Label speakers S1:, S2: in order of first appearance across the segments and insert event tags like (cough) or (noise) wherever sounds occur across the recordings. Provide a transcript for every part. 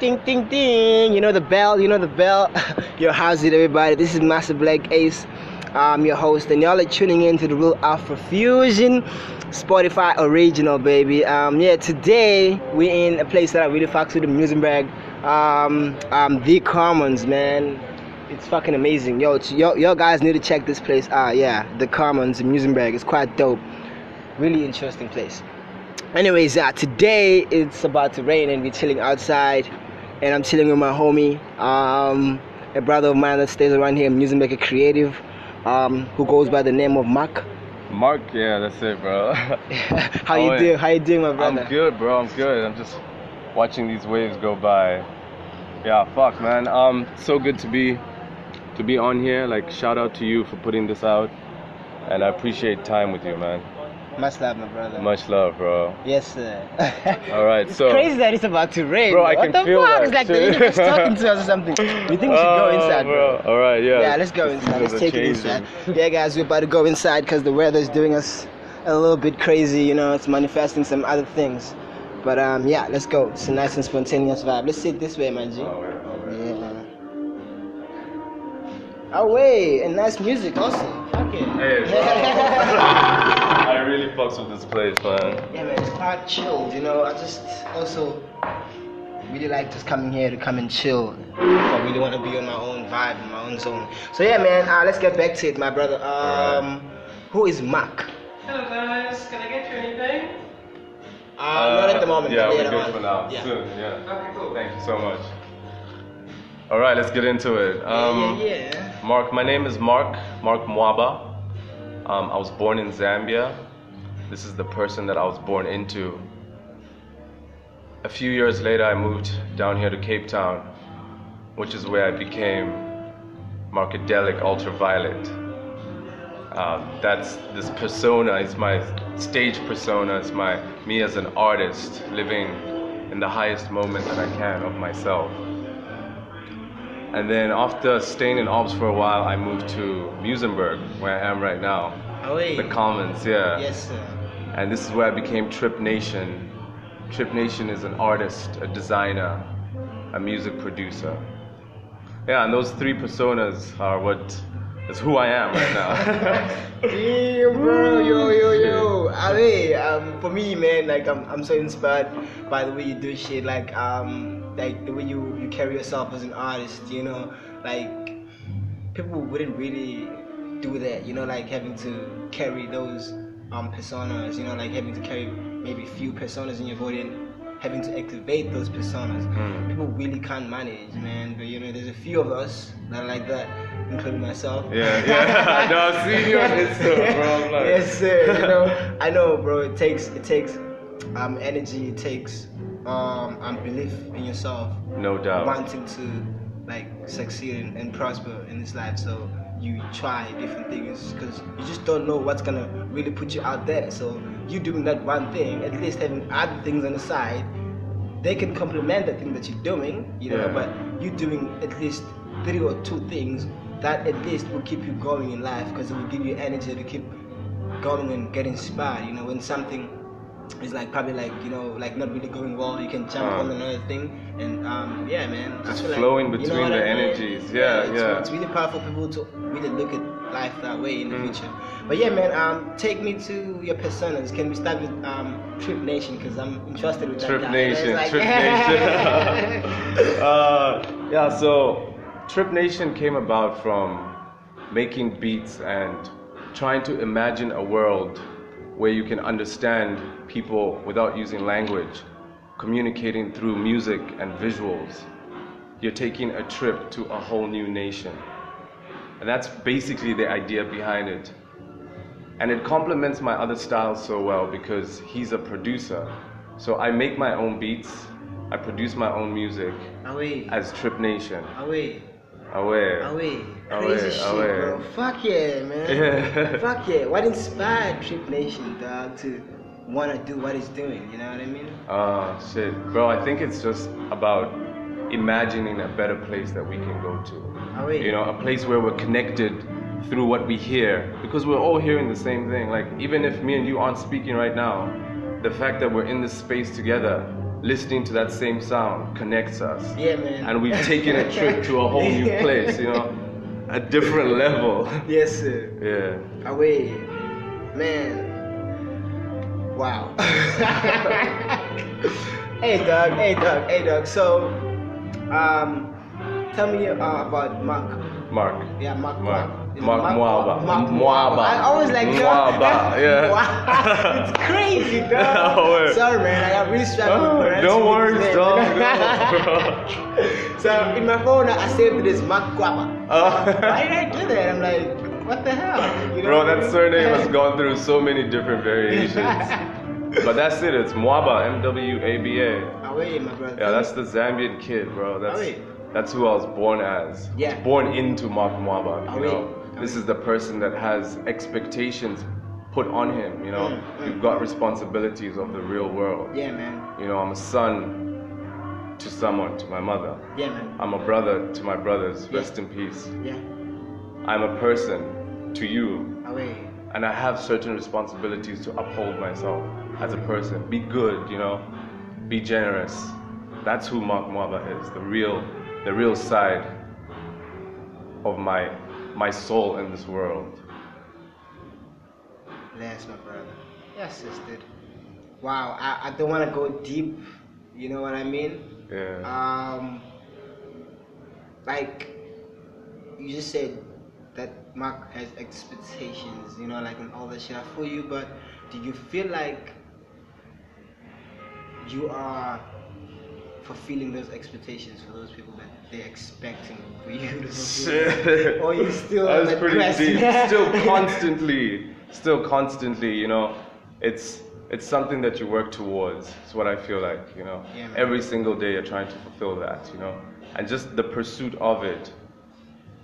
S1: ding ding ding. You know the bell. You know the bell. (laughs) Yo, how's it, everybody? This is Master Black Ace. I'm your host, and y'all are tuning in to the Real Alpha Fusion Spotify Original, baby. Um, yeah, today we're in a place that I really fucks with, the Musenberg. Um, um, the Commons, man. It's fucking amazing. Yo, it's, yo, yo, guys need to check this place out. Yeah, the Commons in Musenberg. It's quite dope. Really interesting place anyways uh, today it's about to rain and we're chilling outside and i'm chilling with my homie um, a brother of mine that stays around here music maker creative um, who goes by the name of mark (laughs)
S2: Mark, yeah, that's it, bro. (laughs)
S1: how
S2: Oh,
S1: you
S2: yeah.
S1: doing how you doing my brother
S2: I'm good, bro. I'm good. I'm just watching these waves go by. Yeah, fuck, man. Um, so good to be to be on here. Like, shout out to you for putting this out, and I appreciate time with you, man.
S1: much love my brother
S2: Much love, bro.
S1: yes sir
S2: All
S1: (laughs)
S2: right,
S1: it's
S2: so-
S1: crazy that it's about to rain
S2: Bro, I
S1: what
S2: can
S1: the
S2: feel
S1: fuck
S2: that
S1: it's like the
S2: shit.
S1: universe talking to us or something we think we should go
S2: (laughs) Oh,
S1: inside bro.
S2: All right, yeah.
S1: Yeah, let's go
S2: These
S1: inside. Let's
S2: seasons are
S1: take it
S2: changing.
S1: inside. Yeah, guys, we're about to go inside because the weather is doing us a little bit crazy. You know, it's manifesting some other things. But um, yeah, let's go. It's a nice and spontaneous vibe. Let's sit this way, man. G.
S2: All right, all right.
S1: Yeah. Away and nice music also. Okay.
S2: Hey,
S1: (laughs)
S2: bro. I really fucks with this place, man.
S1: yeah, man, it's quite chilled. You know, I just also really like just coming here to come and chill. I really want to be on my own vibe, in my own zone. So yeah, man, uh, let's get back to it, my brother. Um, who is Uh, Mark?
S3: Hello guys, can I get you anything?
S1: Uh, not at the moment.
S2: Yeah,
S1: but
S2: we're
S1: later on.
S2: good for now.
S1: Yeah.
S2: Soon, yeah.
S3: Okay, cool.
S2: Thank you so much. All right, let's get into it. Um,
S1: yeah, yeah, yeah.
S2: Mark, my name is Mark, Mark Mwaba. Um, I was born in Zambia. This is the person that I was born into. A few years later, I moved down here to Cape Town, which is where I became Markadelic Ultraviolet. Um, that's this persona, it's my stage persona, it's my me as an artist living in the highest moment that I can of myself. And then after staying in Ops for a while, I moved to Musenberg, where I am right now.
S1: Oh, wait.
S2: The Commons, yeah.
S1: Yes, sir.
S2: And this is where I became Trip Nation. Trip Nation is an artist, a designer, a music producer. Yeah, and those three personas are what is who I am right now. (laughs)
S1: Yeah, bro, yo, yo, yo. I mean, um, for me, man, like I'm, I'm so inspired by the way you do shit. Like, um, like the way you, you carry yourself as an artist. You know, like people wouldn't really do that. You know, like having to carry those um personas. You know, like having to carry maybe few personas in your body and having to activate those personas.
S2: Mm.
S1: People really can't manage, man. But you know, there's a few of us that are like that, including myself.
S2: Yeah, yeah. (laughs) No, I've seen you on Insta, bro. I'm like-
S1: yes, sir. You know, I know, bro. It takes it takes um, energy. It takes um, um belief in yourself,
S2: (laughs) no doubt.
S1: wanting to like succeed and, and prosper in this life. So you try different things because you just don't know what's gonna really put you out there. So you doing that one thing, at least having other things on the side, they can complement the thing that you're doing. You know,
S2: Yeah.
S1: but you doing at least three or two things that at least will keep you going in life because it will give you energy to keep going and get inspired you know when something is like probably like you know like not really going well you can jump
S2: Uh.
S1: on another thing and um yeah man I
S2: Just
S1: feel
S2: flowing
S1: you know
S2: between
S1: what
S2: the
S1: I mean?
S2: energies. Yeah,
S1: it's,
S2: yeah.
S1: it's really powerful people to really look at life that way in the
S2: Mm.
S1: future but yeah man um take me to your personas can we start with um trip nation because i'm interested with
S2: Trip
S1: that guy. It's
S2: Nation,
S1: like- (laughs)
S2: Trip Nation. (laughs) uh, yeah, so Trip Nation came about from making beats and trying to imagine a world where you can understand people without using language, communicating through music and visuals. You're taking a trip to a whole new nation. And that's basically the idea behind it. And it complements my other styles so well because he's a producer. So I make my own beats, I produce my own music
S1: away
S2: as Trip Nation.
S1: away
S2: Aware.
S1: Away.
S2: Away,
S1: Crazy shit,
S2: away.
S1: bro. Fuck yeah, man.
S2: Yeah.
S1: Fuck yeah. What inspired Trip Nation, dog, to want to do what it's doing? You know what I mean?
S2: Ah, shit. Bro, I think it's just about imagining a better place that we can go to.
S1: Away.
S2: You know, a place where we're connected through what we hear because we're all hearing the same thing. Like, even if me and you aren't speaking right now, the fact that we're in this space together listening to that same sound connects us.
S1: Yeah, man.
S2: And we've taken a trip
S1: (laughs)
S2: to a whole new place, you know, a different level.
S1: Yes, sir.
S2: Yeah.
S1: Away, man. Wow. (laughs) hey, dog. Hey, dog. Hey, dog. So, um, tell me uh, about Mark.
S2: Mark.
S1: Yeah, Mark.
S2: Mark.
S1: Is it
S2: Mark Mwaba.
S1: Mark
S2: M- Mwaba.
S1: I always like dog,
S2: Mwaba,
S1: (laughs) that's-
S2: yeah.
S1: Wow, it's crazy, dog.
S2: (laughs) Oh, word.
S1: Sorry, man. I got really struggled.
S2: Oh,
S1: with pronouncing
S2: don't
S1: his
S2: worry,
S1: name.
S2: dog.
S1: (laughs)
S2: No,
S1: So in my phone, I saved this Mark Guapa. Why
S2: bro.
S1: did I do that? I'm like, what the hell? You know
S2: (laughs) bro,
S1: what I
S2: that
S1: mean?
S2: surname has gone through so many different
S1: (laughs)
S2: variations. but that's it. It's Mwaba, M W A B A.
S1: Away, my brother.
S2: Yeah, that's the Zambian kid, bro. That's
S1: Aye.
S2: that's who I was born as. I was
S1: Yeah.
S2: born into Mark Mwaba.
S1: Aye.
S2: You know, this is the person that has expectations put on him. You know,
S1: Mm, mm.
S2: you've got responsibilities of the real world.
S1: Yeah, man.
S2: You know, I'm a son to someone, to my mother.
S1: Yeah, man.
S2: I'm a brother to my brothers. Rest in peace.
S1: Yeah.
S2: I'm a person to you,
S1: Away.
S2: and I have certain responsibilities to uphold myself as a person. Be good, you know, be generous. That's who Mark Mwaba is, the real, the real side of my my soul in this world.
S1: Yes, my brother. Yes, sister. Wow, I, I don't want to go deep. You know what I mean?
S2: Yeah.
S1: Um, like you just said that Mark has expectations. You know, like and all that shit are for you. But do you feel like you are fulfilling those expectations for those people that they're expecting for you to fulfill?
S2: Shit.
S1: Or you still
S2: That was
S1: have that
S2: pretty
S1: quest.
S2: deep. Still
S1: (laughs)
S2: constantly, still constantly, you know, it's it's something that you work towards. It's what I feel like, you know.
S1: Yeah, man.
S2: Every single day you're trying to fulfill that, you know. And just the pursuit of it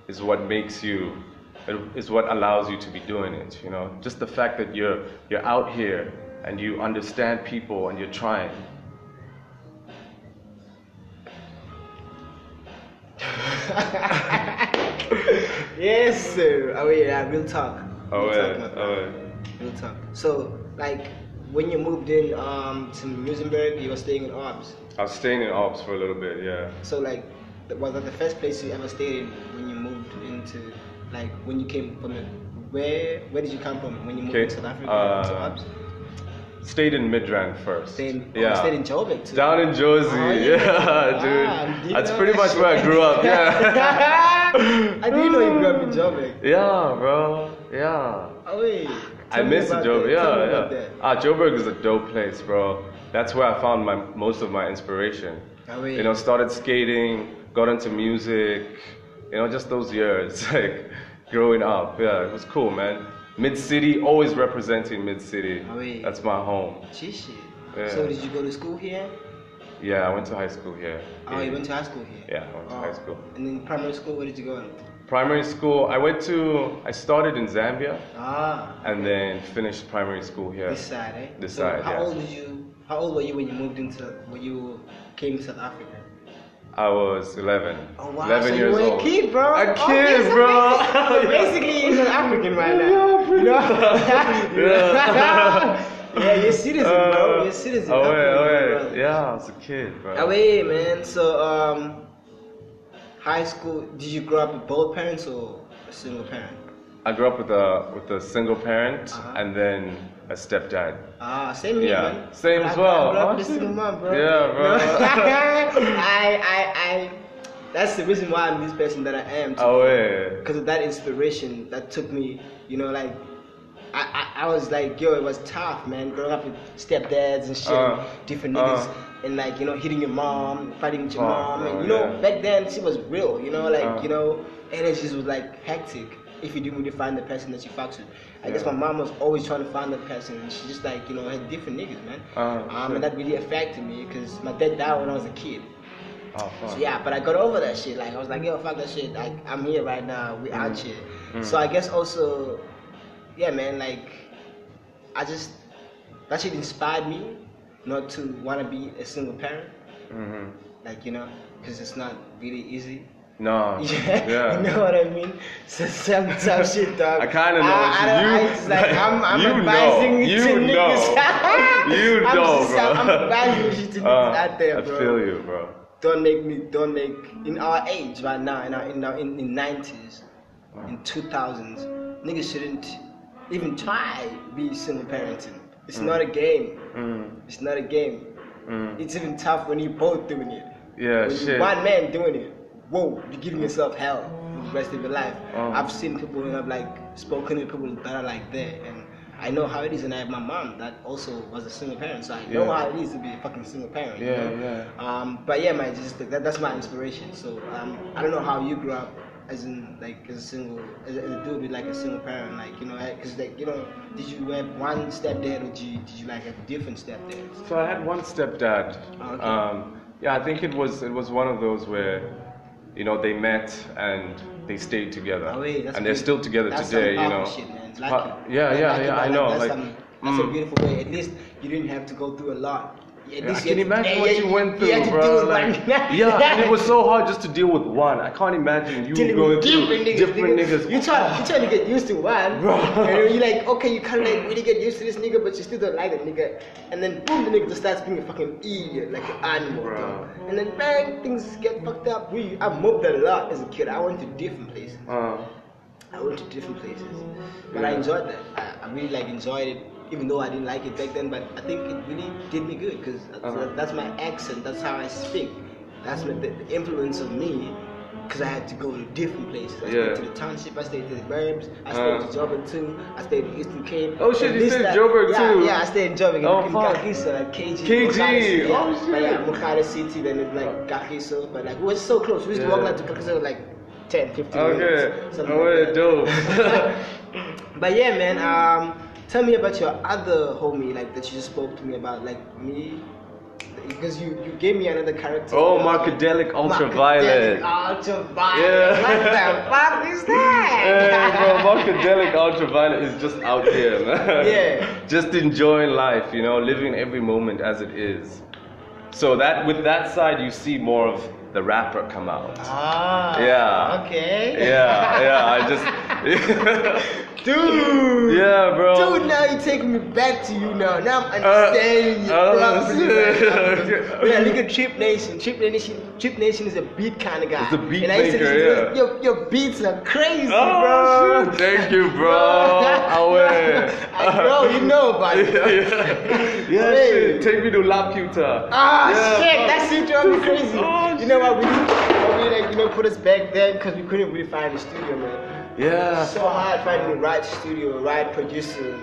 S2: is what makes you it is what allows you to be doing it, you know. Just the fact that you're you're out here and you understand people and you're trying.
S1: Yes, sir. Oh yeah, real talk. real
S2: Oh, yeah.
S1: talk, my
S2: Oh,
S1: brother. Real talk. So, like, when you moved in um, to Musenberg, you were staying in Orbs.
S2: I was staying in ops for a little bit, yeah.
S1: So, like, th- was that the first place you ever stayed in when you moved into, like, when you came from the, where where did you come from when you moved
S2: Okay,
S1: to South Africa to
S2: uh,
S1: Orbs?
S2: Stayed in Midrand first.
S1: Stayed, oh, you
S2: yeah.
S1: stayed in Joburg too.
S2: Down in Jersey,
S1: Oh, yeah.
S2: yeah, dude.
S1: Ah, do you
S2: That's
S1: know
S2: pretty
S1: that
S2: much
S1: shit?
S2: where I grew up, yeah.
S1: (laughs) (laughs) I didn't know you grew up in Joburg.
S2: yeah, bro. Yeah.
S1: Oh wait.
S2: (laughs) I
S1: Tell me
S2: miss
S1: about
S2: Joburg.
S1: that. Tell me
S2: Yeah,
S1: about
S2: yeah.
S1: that.
S2: Ah, Joburg is a dope place, bro. That's where I found my most of my inspiration.
S1: Oh, wait.
S2: You know, started skating, got into music. You know, just those years, (laughs) like growing up. Yeah, it was cool, man. Mid City, always representing Mid City.
S1: Oh, wait.
S2: That's my home.
S1: Gee, shit.
S2: Yeah.
S1: So did you go to school here?
S2: Yeah, I went to high school here.
S1: Oh, you went to high school here.
S2: Yeah, I went to
S1: Oh.
S2: high school.
S1: And then primary school, where did you go?
S2: Primary school, I went to, I started in Zambia
S1: Ah,
S2: and then finished primary school here.
S1: this side, eh?
S2: This
S1: so
S2: side,
S1: How
S2: yeah.
S1: old did you? How old were you when you moved into when you came to South Africa?
S2: I was 11.
S1: Oh wow!
S2: 11
S1: so
S2: years
S1: you were
S2: old.
S1: a kid, bro.
S2: A
S1: Oh,
S2: kid,
S1: yes,
S2: bro.
S1: amazing.
S2: (laughs)
S1: So basically, you're an African right now.
S2: Yeah,
S1: (laughs)
S2: pretty
S1: yeah. you're a citizen, bro. You're a citizen.
S2: Oh, wait,
S1: African,
S2: oh,
S1: bro.
S2: wait. Yeah, I was a kid, bro.
S1: Oh, wait, man. So, um, high school. Did you grow up with both parents or a single parent?
S2: I grew up with a, with a single parent
S1: Uh-huh.
S2: and then a stepdad.
S1: Ah, same here,
S2: Yeah,
S1: man.
S2: same
S1: I-
S2: as well.
S1: I grew up
S2: Oh,
S1: with a
S2: shit.
S1: single mom, bro.
S2: Yeah, bro.
S1: (laughs) I, I, I. That's the reason why I'm this person that I am.
S2: Oh, wait.
S1: Because of that inspiration that took me, you know, like. I, I, I was like, yo, it was tough, man. Growing up with stepdads and shit,
S2: Uh,
S1: different
S2: uh.
S1: niggas, and like, you know, hitting your mom, fighting with your
S2: Oh,
S1: mom.
S2: bro,
S1: And, you know,
S2: yeah.
S1: back then, she was real, you know, like,
S2: Uh.
S1: you know, and it just was like hectic if you didn't really find the person that you fucked with. I guess
S2: Yeah.
S1: my mom was always trying to find that person, and she just like, you know, had different niggas, man.
S2: Uh,
S1: um,
S2: sure.
S1: and that really affected me because my dad died when I was a kid.
S2: Oh, fuck.
S1: So yeah, but I got over that shit. Like I was like, yo, fuck that shit. Like I'm here right now. We out
S2: Mm-hmm.
S1: here. So I guess also, yeah, man. Like I just that shit inspired me not to want to be a single parent.
S2: Mhm.
S1: Like you know, because it's not really easy.
S2: No.
S1: (laughs) Yeah,
S2: Oh, yeah.
S1: you know what I mean. So some
S2: (laughs)
S1: some shit, dog.
S2: I kinda know what
S1: I, I,
S2: you-
S1: don't- I
S2: you-
S1: just
S2: (laughs)
S1: like I'm, I'm
S2: you
S1: advising
S2: know,
S1: you
S2: you
S1: to
S2: know.
S1: niggas. (laughs)
S2: You
S1: I'm
S2: know,
S1: just,
S2: bro.
S1: I'm advising you to niggas
S2: Uh,
S1: out there,
S2: I
S1: bro.
S2: feel you, bro.
S1: Don't make me. Don't make in our age right now. In our in our, in the nineties, in two thousands, niggas shouldn't even try be single parenting. It's not a game.
S2: Mm,
S1: It's not a game.
S2: mm.
S1: It's even tough when you both doing it.
S2: Yeah,
S1: When you
S2: shit.
S1: one man doing it, whoa, you're giving yourself hell for the rest of your life.
S2: Oh.
S1: I've seen people and I've like spoken to people that are like that, and I know how it is. And I have my mom that also was a single parent, so I know
S2: Yeah.
S1: how it is to be a fucking single parent. you
S2: Yeah,
S1: know?
S2: yeah.
S1: Um, but yeah, man, just like, that, that's my inspiration. So um, I don't know how you grew up. As in, like, as a single, as a, as a dude with like a single parent, like, you know, because like, you know, did you have one stepdad or did you, did you like have different stepdads?
S2: So I had one stepdad.
S1: Oh, okay.
S2: Um, yeah, I think it was it was one of those where, you know, they met and they stayed together,
S1: Oh, wait, that's
S2: and they're
S1: good.
S2: still together
S1: That's
S2: today.
S1: some
S2: You know.
S1: powerful shit, man. It's
S2: Pa-
S1: lucky.
S2: yeah,
S1: It's
S2: yeah,
S1: lucky,
S2: yeah.
S1: man.
S2: I know.
S1: That's,
S2: Like,
S1: some- that's a
S2: mm.
S1: beautiful way. At least you didn't have to go through a lot. At
S2: Yeah, I
S1: least
S2: can
S1: you had to-
S2: imagine
S1: yeah,
S2: what
S1: yeah,
S2: you went through,
S1: had to
S2: bro.
S1: deal with (laughs)
S2: like,
S1: one.
S2: yeah, and it was so hard just to deal with one. I can't imagine you
S1: Dealing
S2: going
S1: with
S2: through
S1: different niggas,
S2: different
S1: nigga.
S2: niggas.
S1: You try, you trying to get used to
S2: (laughs)
S1: one,
S2: Bro.
S1: and you're like, okay, you kind of like really get used to this nigga, but you still don't like that nigga. And then boom, the nigga just starts being a fucking idiot, like an animal.
S2: Bro.
S1: dog. And then man, things get fucked up. We, I moved a lot as a kid. I went to different places.
S2: Uh,
S1: I went to different places, but I enjoyed that. I, I really like enjoyed it, even though I didn't like it back then. But I think it really did me good because
S2: Uh-huh.
S1: that's my accent. That's how I speak. That's what the, the influence of me. Because I had to go to different places. I
S2: Yeah.
S1: stayed to the township. I stayed to the burbs. I
S2: Uh.
S1: stayed to Joburg too. I stayed in Eastern Cape.
S2: Oh, shit,
S1: And
S2: you
S1: this
S2: stayed in
S1: time-
S2: Joburg
S1: yeah,
S2: too?
S1: Yeah, I stayed in Joburg.
S2: Oh,
S1: in, in
S2: fuck.
S1: Kagiso, like KG.
S2: KG,
S1: Mokala- yeah,
S2: oh,
S1: But
S2: shit.
S1: yeah, Mokala City. Then it's like Kagiso. But like we were so close. We used to
S2: Yeah.
S1: walk like to Kagiso like 10, 15
S2: okay.
S1: minutes. something like
S2: Oh,
S1: that.
S2: dope.
S1: (laughs) But yeah, man. Um, tell me about your other homie, like that you just spoke to me about, like me, because you you gave me another character.
S2: Oh, Markadelic Ultraviolet.
S1: Markadelic Ultraviolet.
S2: Yeah.
S1: What the fuck is
S2: Hey, (laughs)
S1: that? (laughs)
S2: bro, Markadelic Ultraviolet is just out here, man.
S1: Yeah.
S2: Just enjoying life, you know, living every moment as it is. So that with that side, you see more of the rapper come out.
S1: Ah.
S2: Yeah.
S1: Okay.
S2: Yeah, yeah. I just. (laughs)
S1: Dude.
S2: yeah, bro.
S1: Dude, now you taking me back to you now. Now I'm
S2: Uh,
S1: understanding you
S2: oh, (laughs)
S1: properly.
S2: shit.
S1: man. yeah, look at Trip Nation. Trip Nation. Trip Nation is a beat kind of guy.
S2: It's a beat
S1: and I used to
S2: maker,
S1: listen to
S2: yeah.
S1: his- Your, your beats are crazy,
S2: Oh,
S1: bro.
S2: shit. Thank you, bro. Away.
S1: I (laughs) know you know about it.
S2: yeah, (laughs) yeah. yeah
S1: Hey.
S2: shit. Take me to La Puta.
S1: Ah,
S2: Yeah,
S1: shit,
S2: fuck.
S1: that shit drove me crazy.
S2: Oh,
S1: you know what? We, we like, you know, put us back then because we couldn't really find a studio, man.
S2: Yeah.
S1: It's so hard finding the right studio, the right producer,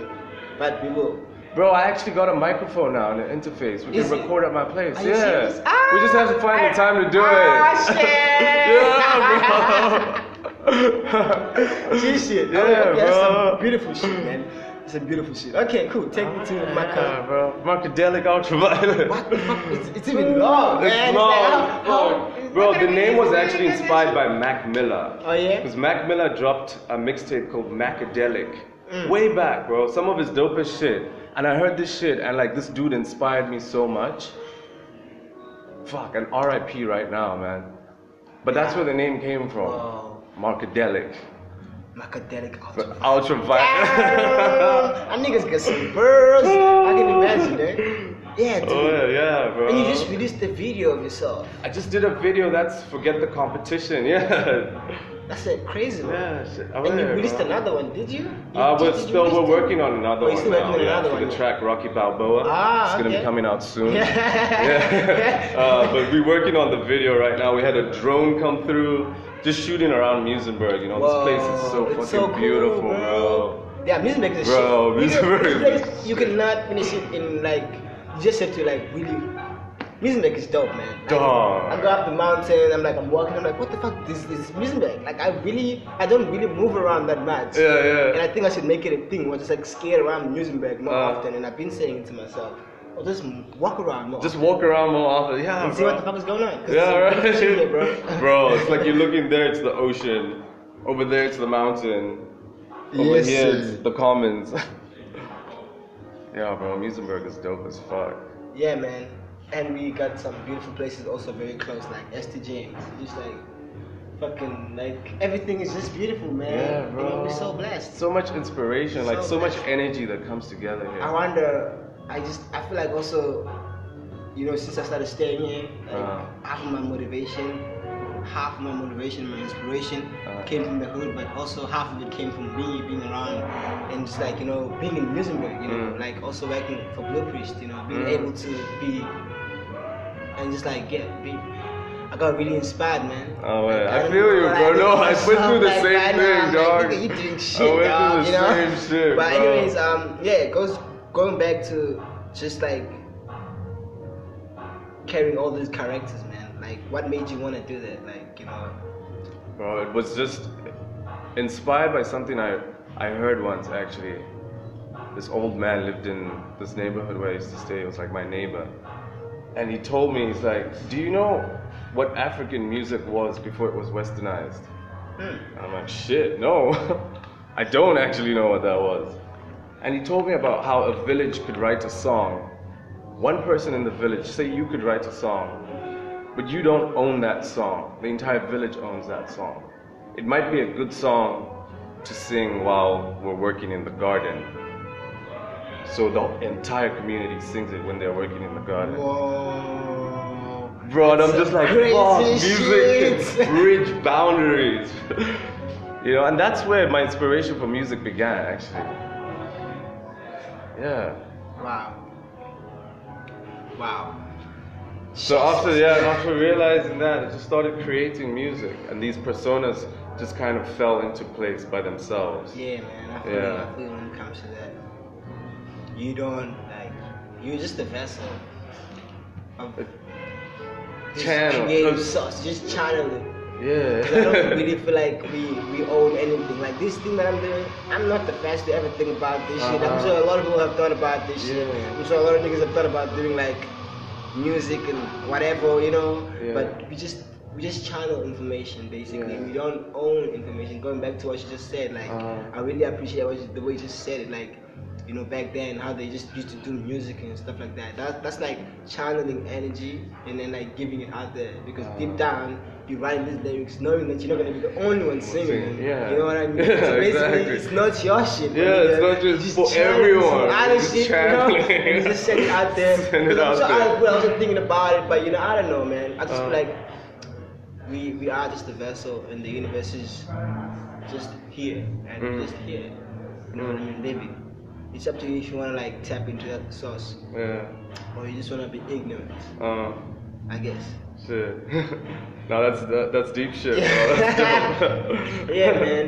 S1: but we will.
S2: Bro, I actually got a microphone now and an interface. We
S1: Is
S2: can
S1: it?
S2: record at my place.
S1: Are you
S2: yeah.
S1: serious? Ah,
S2: we just have to find the time to do (laughs)
S1: ah,
S2: it.
S1: shit.
S2: (laughs) yeah, bro.
S1: G shit.
S2: Yeah,
S1: okay, okay, That's
S2: bro.
S1: some beautiful shit, man. That's some beautiful shit. Okay, cool. Take me
S2: Ah.
S1: to my car.
S2: yeah, bro. Markadelic Ultraviolet.
S1: What the fuck? It's, it's even long,
S2: It's
S1: man.
S2: long.
S1: It's like, how- how-
S2: Bro,
S1: it's
S2: bro,
S1: not
S2: the
S1: gonna be
S2: name
S1: easy.
S2: was actually inspired by Mac Miller.
S1: Oh, yeah?
S2: Because Mac Miller dropped a mixtape called Macadelic
S1: Mm.
S2: way back, bro. Some of his dopest shit. And I heard this shit, and like this dude inspired me so much. Fuck, an RIP right now, man. But that's where the name came from.
S1: Wow.
S2: Markadelic.
S1: Macadelic ultra.
S2: But ultraviolet.
S1: I Ah, niggas got some birds. I can imagine that. Yeah, dude.
S2: (laughs) oh, yeah, bro.
S1: And you just released the video of yourself.
S2: I just did a video that's forget the competition, (laughs) yeah.
S1: That's a crazy one.
S2: Yeah, shit. I
S1: And you
S2: wonder,
S1: released
S2: bro.
S1: another one, did you? you
S2: Uh, we're
S1: did you
S2: still
S1: release
S2: we're
S1: two?
S2: working
S1: (laughs)
S2: on another
S1: Oh, you're
S2: one
S1: still working
S2: now.
S1: on
S2: yeah,
S1: another
S2: for
S1: one,
S2: the
S1: yeah.
S2: track Rocky Balboa.
S1: Ah,
S2: it's gonna
S1: okay.
S2: be coming out soon.
S1: Yeah.
S2: yeah. (laughs) uh, but we're working on the video right now. We had a drone come through, just shooting around Musenberg. You know,
S1: Whoa,
S2: this place is so
S1: it's
S2: fucking
S1: so cool,
S2: beautiful, bro.
S1: Yeah, music makes a shit.
S2: (laughs) Bro,
S1: You
S2: music
S1: can-
S2: makes
S1: you can-
S2: a
S1: You
S2: shit.
S1: cannot finish it in like. You just have to like really. Music make is dope, man. Like,
S2: Dog.
S1: I go up the mountain. I'm like, I'm walking. I'm like, what the fuck? This is music make. Like, I really, I don't really move around that much.
S2: Yeah, yeah.
S1: And I think I should make it a thing. Where just like skate around Musenberg more
S2: Uh.
S1: often. And I've been saying it to myself. I'll just walk around more.
S2: Just
S1: often
S2: walk around more often. Yeah,
S1: and see
S2: bro.
S1: what the fuck is going on. 'Cause
S2: yeah,
S1: it's a
S2: right.
S1: shit here, bro.
S2: (laughs) Bro, it's like you're looking there, it's the ocean. Over there, it's the mountain. Over
S1: Yes,
S2: here,
S1: sir.
S2: it's the commons. (laughs) yeah, bro, Musenberg is dope as fuck.
S1: Yeah, man. And we got some beautiful places also very close, like ST James. Just like Fucking like everything is just beautiful, man.
S2: Yeah,
S1: You know,
S2: bro.
S1: we're so blessed.
S2: So much inspiration, like
S1: So
S2: so much
S1: much.
S2: energy that comes together here.
S1: I wonder. I just I feel like also, you know, since I started staying here, like,
S2: Uh-huh.
S1: half of my motivation, half of my motivation, my inspiration
S2: Uh-huh.
S1: came from the hood, but also half of it came from me being around and just like you know being in Musenberg, you know,
S2: Mm.
S1: like also working for Blue Priest, you know, being
S2: Mm.
S1: able to be and just like get be. I got really inspired, man.
S2: Oh,
S1: Like,
S2: man, I
S1: don't
S2: feel
S1: know
S2: you,
S1: what
S2: bro.
S1: do
S2: No,
S1: to
S2: I went
S1: myself,
S2: through the
S1: like,
S2: same
S1: right now,
S2: thing,
S1: I'm
S2: dog.
S1: Like, nigga, you doing
S2: I
S1: shit,
S2: went through
S1: dog,
S2: the
S1: you know?
S2: same shit,
S1: But
S2: bro.
S1: anyways, um, yeah, it goes going back to just like carrying all these characters, man. Like, what made you want to do that? Like, you know,
S2: Bro, it was just inspired by something I, I heard once actually. This old man lived in this neighborhood where I used to stay. It was like my neighbor. And he told me, he's like, Do you know what African music was before it was westernized? And I'm like, Shit, no. (laughs) I don't actually know what that was. And he told me about how a village could write a song. One person in the village, say you could write a song, but you don't own that song. The entire village owns that song. It might be a good song to sing while we're working in the garden. So the entire community sings it when they're working in the garden.
S1: whoa,
S2: Bro, and I'm
S1: That's
S2: just like,
S1: crazy
S2: fuck, music
S1: shit."
S2: can bridge boundaries. (laughs) you know, and that's where my inspiration for music began, actually. Yeah.
S1: wow, wow.
S2: So after yeah, after realizing that, I just started creating music, and these personas just kind of fell into place by themselves.
S1: Yeah, man. I feel,
S2: Yeah.
S1: I feel when it comes to that, you don't like. You're just a vessel. Of just
S2: Channel.
S1: creative source. Just channel
S2: (laughs)
S1: it.
S2: Yeah.
S1: 'Cause I don't really feel like we, we own anything. Like this thing that I'm doing, I'm not the first to ever think about this shit. I'm
S2: Uh-huh.
S1: sure a lot of people have thought about this shit.
S2: Yeah.
S1: I'm sure a lot of niggas have thought about doing like music and whatever, you know.
S2: Yeah.
S1: But we just we just channel information basically.
S2: Yeah.
S1: We don't own information. Going back to what you just said, like
S2: Uh-huh.
S1: I really appreciate what you, the way you just said it. Like you know back then how they just used to do music and stuff like that. That that's like channeling energy and then like giving it out there because deep
S2: Uh-huh.
S1: down you write these lyrics knowing that you're not gonna be the only one singing.
S2: Singing, yeah.
S1: You know what I
S2: (laughs)
S1: mean?
S2: Yeah,
S1: so basically
S2: exactly.
S1: it's not your shit.
S2: Yeah,
S1: nigga.
S2: it's not just
S1: You
S2: for
S1: channeling
S2: everyone.
S1: Some other
S2: It's
S1: shit, you know?
S2: channeling.
S1: And you just send it out there.
S2: (laughs) Send it
S1: I'm
S2: out
S1: sure
S2: there.
S1: other people are also thinking about it, but you know, I don't know, man. I just feel
S2: Uh.
S1: like we we are just a vessel, and the universe is just here and
S2: Mm.
S1: just here. You know what I mean? Living. It's up to you if you wanna like tap into that source,
S2: (laughs) yeah.
S1: or you just wanna be ignorant.
S2: Uh,
S1: I guess.
S2: shit. (laughs) no, that's that, that's deep shit, bro. (laughs)
S1: (laughs)
S2: That's
S1: yeah,
S2: dope.
S1: man.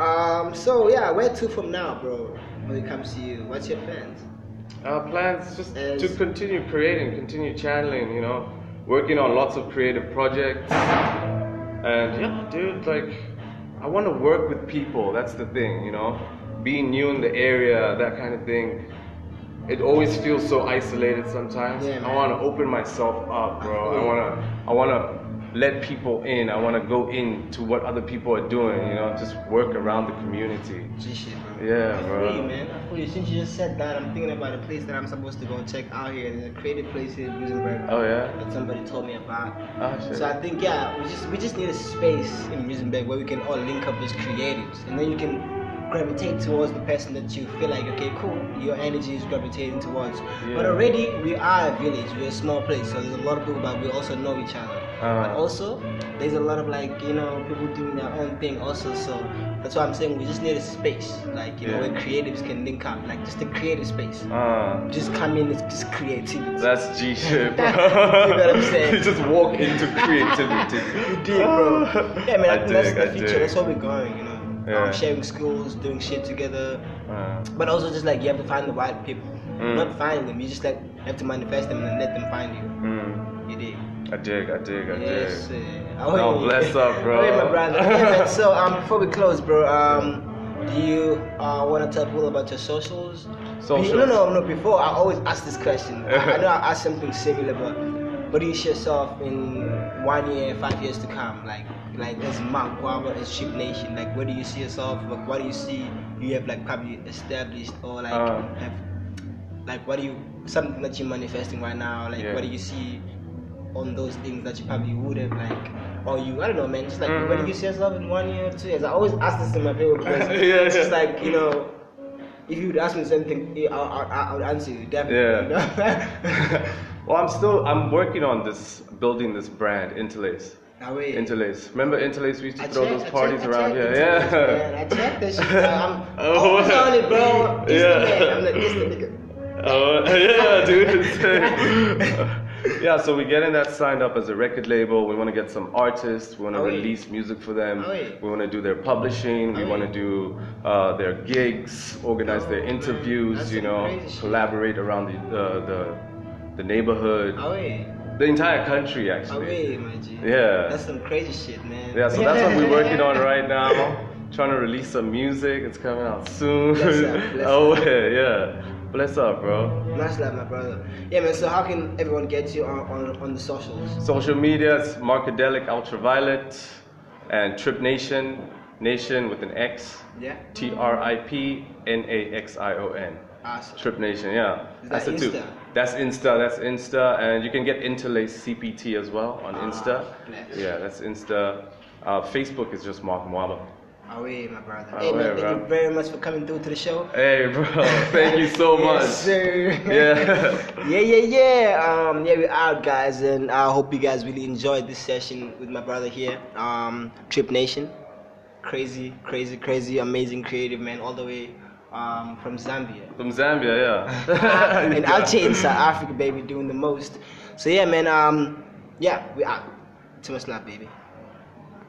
S1: Um, so yeah, where to from now, bro? When it comes to you, what's your plans?
S2: Our plans just
S1: Yes.
S2: to continue creating, continue channeling, you know, working on lots of creative projects. And yeah, dude, like, I want to work with people. That's the thing, you know, being new in the area, that kind of thing. It always feels so isolated sometimes.
S1: Yeah,
S2: I
S1: man.
S2: want to open myself up, bro. I
S1: Absolutely.
S2: want to, I want to let people in. I want to go into what other people are doing, you know, just work around the community.
S1: G shit, bro.
S2: Yeah,
S1: I feel
S2: bro.
S1: you, man. I feel you. Since you just said that, I'm thinking about a place that I'm supposed to go check out here. There's a creative place here in Musenberg
S2: Oh yeah.
S1: that somebody told me about.
S2: Oh shit.
S1: So I think yeah, we just we just need a space in Musenberg where we can all link up as creatives, and then you can gravitate towards the person that you feel like okay, cool, your energy is gravitating towards. But
S2: Yeah.
S1: already we are a village, we're a small place, so there's a lot of people, but we also know each other.
S2: Uh.
S1: But also there's a lot of like you know people doing their own thing also, so that's why I'm saying we just need a space, like you know
S2: Yeah.
S1: where creatives can link up, like just a creative space.
S2: uh.
S1: Just come in, it's just creativity.
S2: That's G shit, bro.
S1: (laughs) You know what I'm saying?
S2: (laughs) you just walk into creativity.
S1: (laughs) You did, bro. Yeah, man, I, think that's
S2: dig,
S1: the
S2: I
S1: future.
S2: dig.
S1: That's where we're going, you know.
S2: Yeah.
S1: Um, sharing schools, doing shit together,
S2: Uh,
S1: but also just like you have to find the right people.
S2: Mm.
S1: Not find them, you just like have to manifest them and then let them find you.
S2: mm,
S1: You did.
S2: I dig, I dig, I
S1: Yes.
S2: dig.
S1: uh,
S2: No,
S1: oh, yeah.
S2: bless up, bro.
S1: Oh, yeah, my
S2: (laughs)
S1: brother. Yeah, man, so um, before we close, bro, um. Do you uh, want to tell people about your socials? Be-
S2: Socials.
S1: No, no, no. Before I always ask this question. I know I asked something similar, but what do you see yourself in one year, five years to come? Like, like as Mark Guava, as Ship Nation. Like, where do you see yourself? Like, what do you see you have like probably established or like
S2: Uh.
S1: have like what do you something that you're manifesting right now? Like,
S2: Yeah.
S1: what do you see on
S2: Hmm.
S1: those things that you probably would have like or you I don't know man just like
S2: Mhm.
S1: where do you see yourself in one year two years I always ask this to my
S2: (laughs)
S1: people because
S2: Yeah,
S1: it's just
S2: yeah.
S1: like you know if you would ask me something I, I, I, I would answer you definitely you know? (laughs)
S2: (laughs) well, I'm still I'm working on this building this brand Interlace.
S1: Now, wait.
S2: Interlace. Remember Interlace? We used to
S1: I
S2: throw
S1: check- I
S2: those
S1: check-
S2: parties
S1: I
S2: around
S1: check
S2: here.
S1: this
S2: Yeah.
S1: shit, (laughs) man. I
S2: (laughs)
S1: check this shit. I'm,
S2: Oh,
S1: oh, I'm telling you, bro.
S2: (laughs)
S1: This
S2: yeah.
S1: the man. I'm like, this the nigga.
S2: Oh (laughs) yeah, dude. yeah, so we're getting that signed up as a record label. We want to get some artists. We want to
S1: Oh, yeah.
S2: release music for them.
S1: Oh, yeah.
S2: We want to do their publishing. We
S1: Oh,
S2: want to
S1: yeah.
S2: do uh, their gigs, organize
S1: Oh,
S2: their
S1: man.
S2: interviews.
S1: That's
S2: you
S1: some
S2: know,
S1: crazy shit.
S2: collaborate around the uh, the the neighborhood,
S1: Away.
S2: the entire country
S1: Oh,
S2: actually.
S1: Away, my G.
S2: Yeah.
S1: That's some crazy shit, man.
S2: Yeah, so
S1: (laughs)
S2: that's what we're working on right now. Trying to release some music. It's coming out soon.
S1: Bless
S2: (laughs)
S1: up, bless
S2: oh yeah, yeah. Bless up, bro.
S1: Much love, my brother. Yeah, man. So how can everyone get you on, on, on the socials?
S2: Social media is Markadelic Ultraviolet and Trip Nation, Nation with an X,
S1: Yeah.
S2: T R I P N A X I O N.
S1: Awesome.
S2: Trip Nation, yeah.
S1: Is
S2: that's
S1: that
S2: the two.
S1: Insta?
S2: That's Insta, that's Insta, and you can get Interlace CPT as well on
S1: Ah,
S2: Insta.
S1: bless.
S2: Yeah, that's Insta. Uh, Facebook is just Mark Mwaba.
S1: Away, my brother. hey,
S2: Away,
S1: man. Thank
S2: bro.
S1: you very much for coming through to the show.
S2: Hey, bro, (laughs) thank you so much.
S1: Yes, sir.
S2: Yeah. (laughs)
S1: yeah, yeah, yeah. Um, yeah, we're out, guys, and I hope you guys really enjoyed this session with my brother here. Um, Trip Nation, crazy, crazy, crazy, amazing, creative man, all the way um, from Zambia.
S2: From Zambia, (laughs) yeah.
S1: and I'll in South Africa, baby, doing the most. So yeah, man. Um, yeah, we out. Too much love, baby.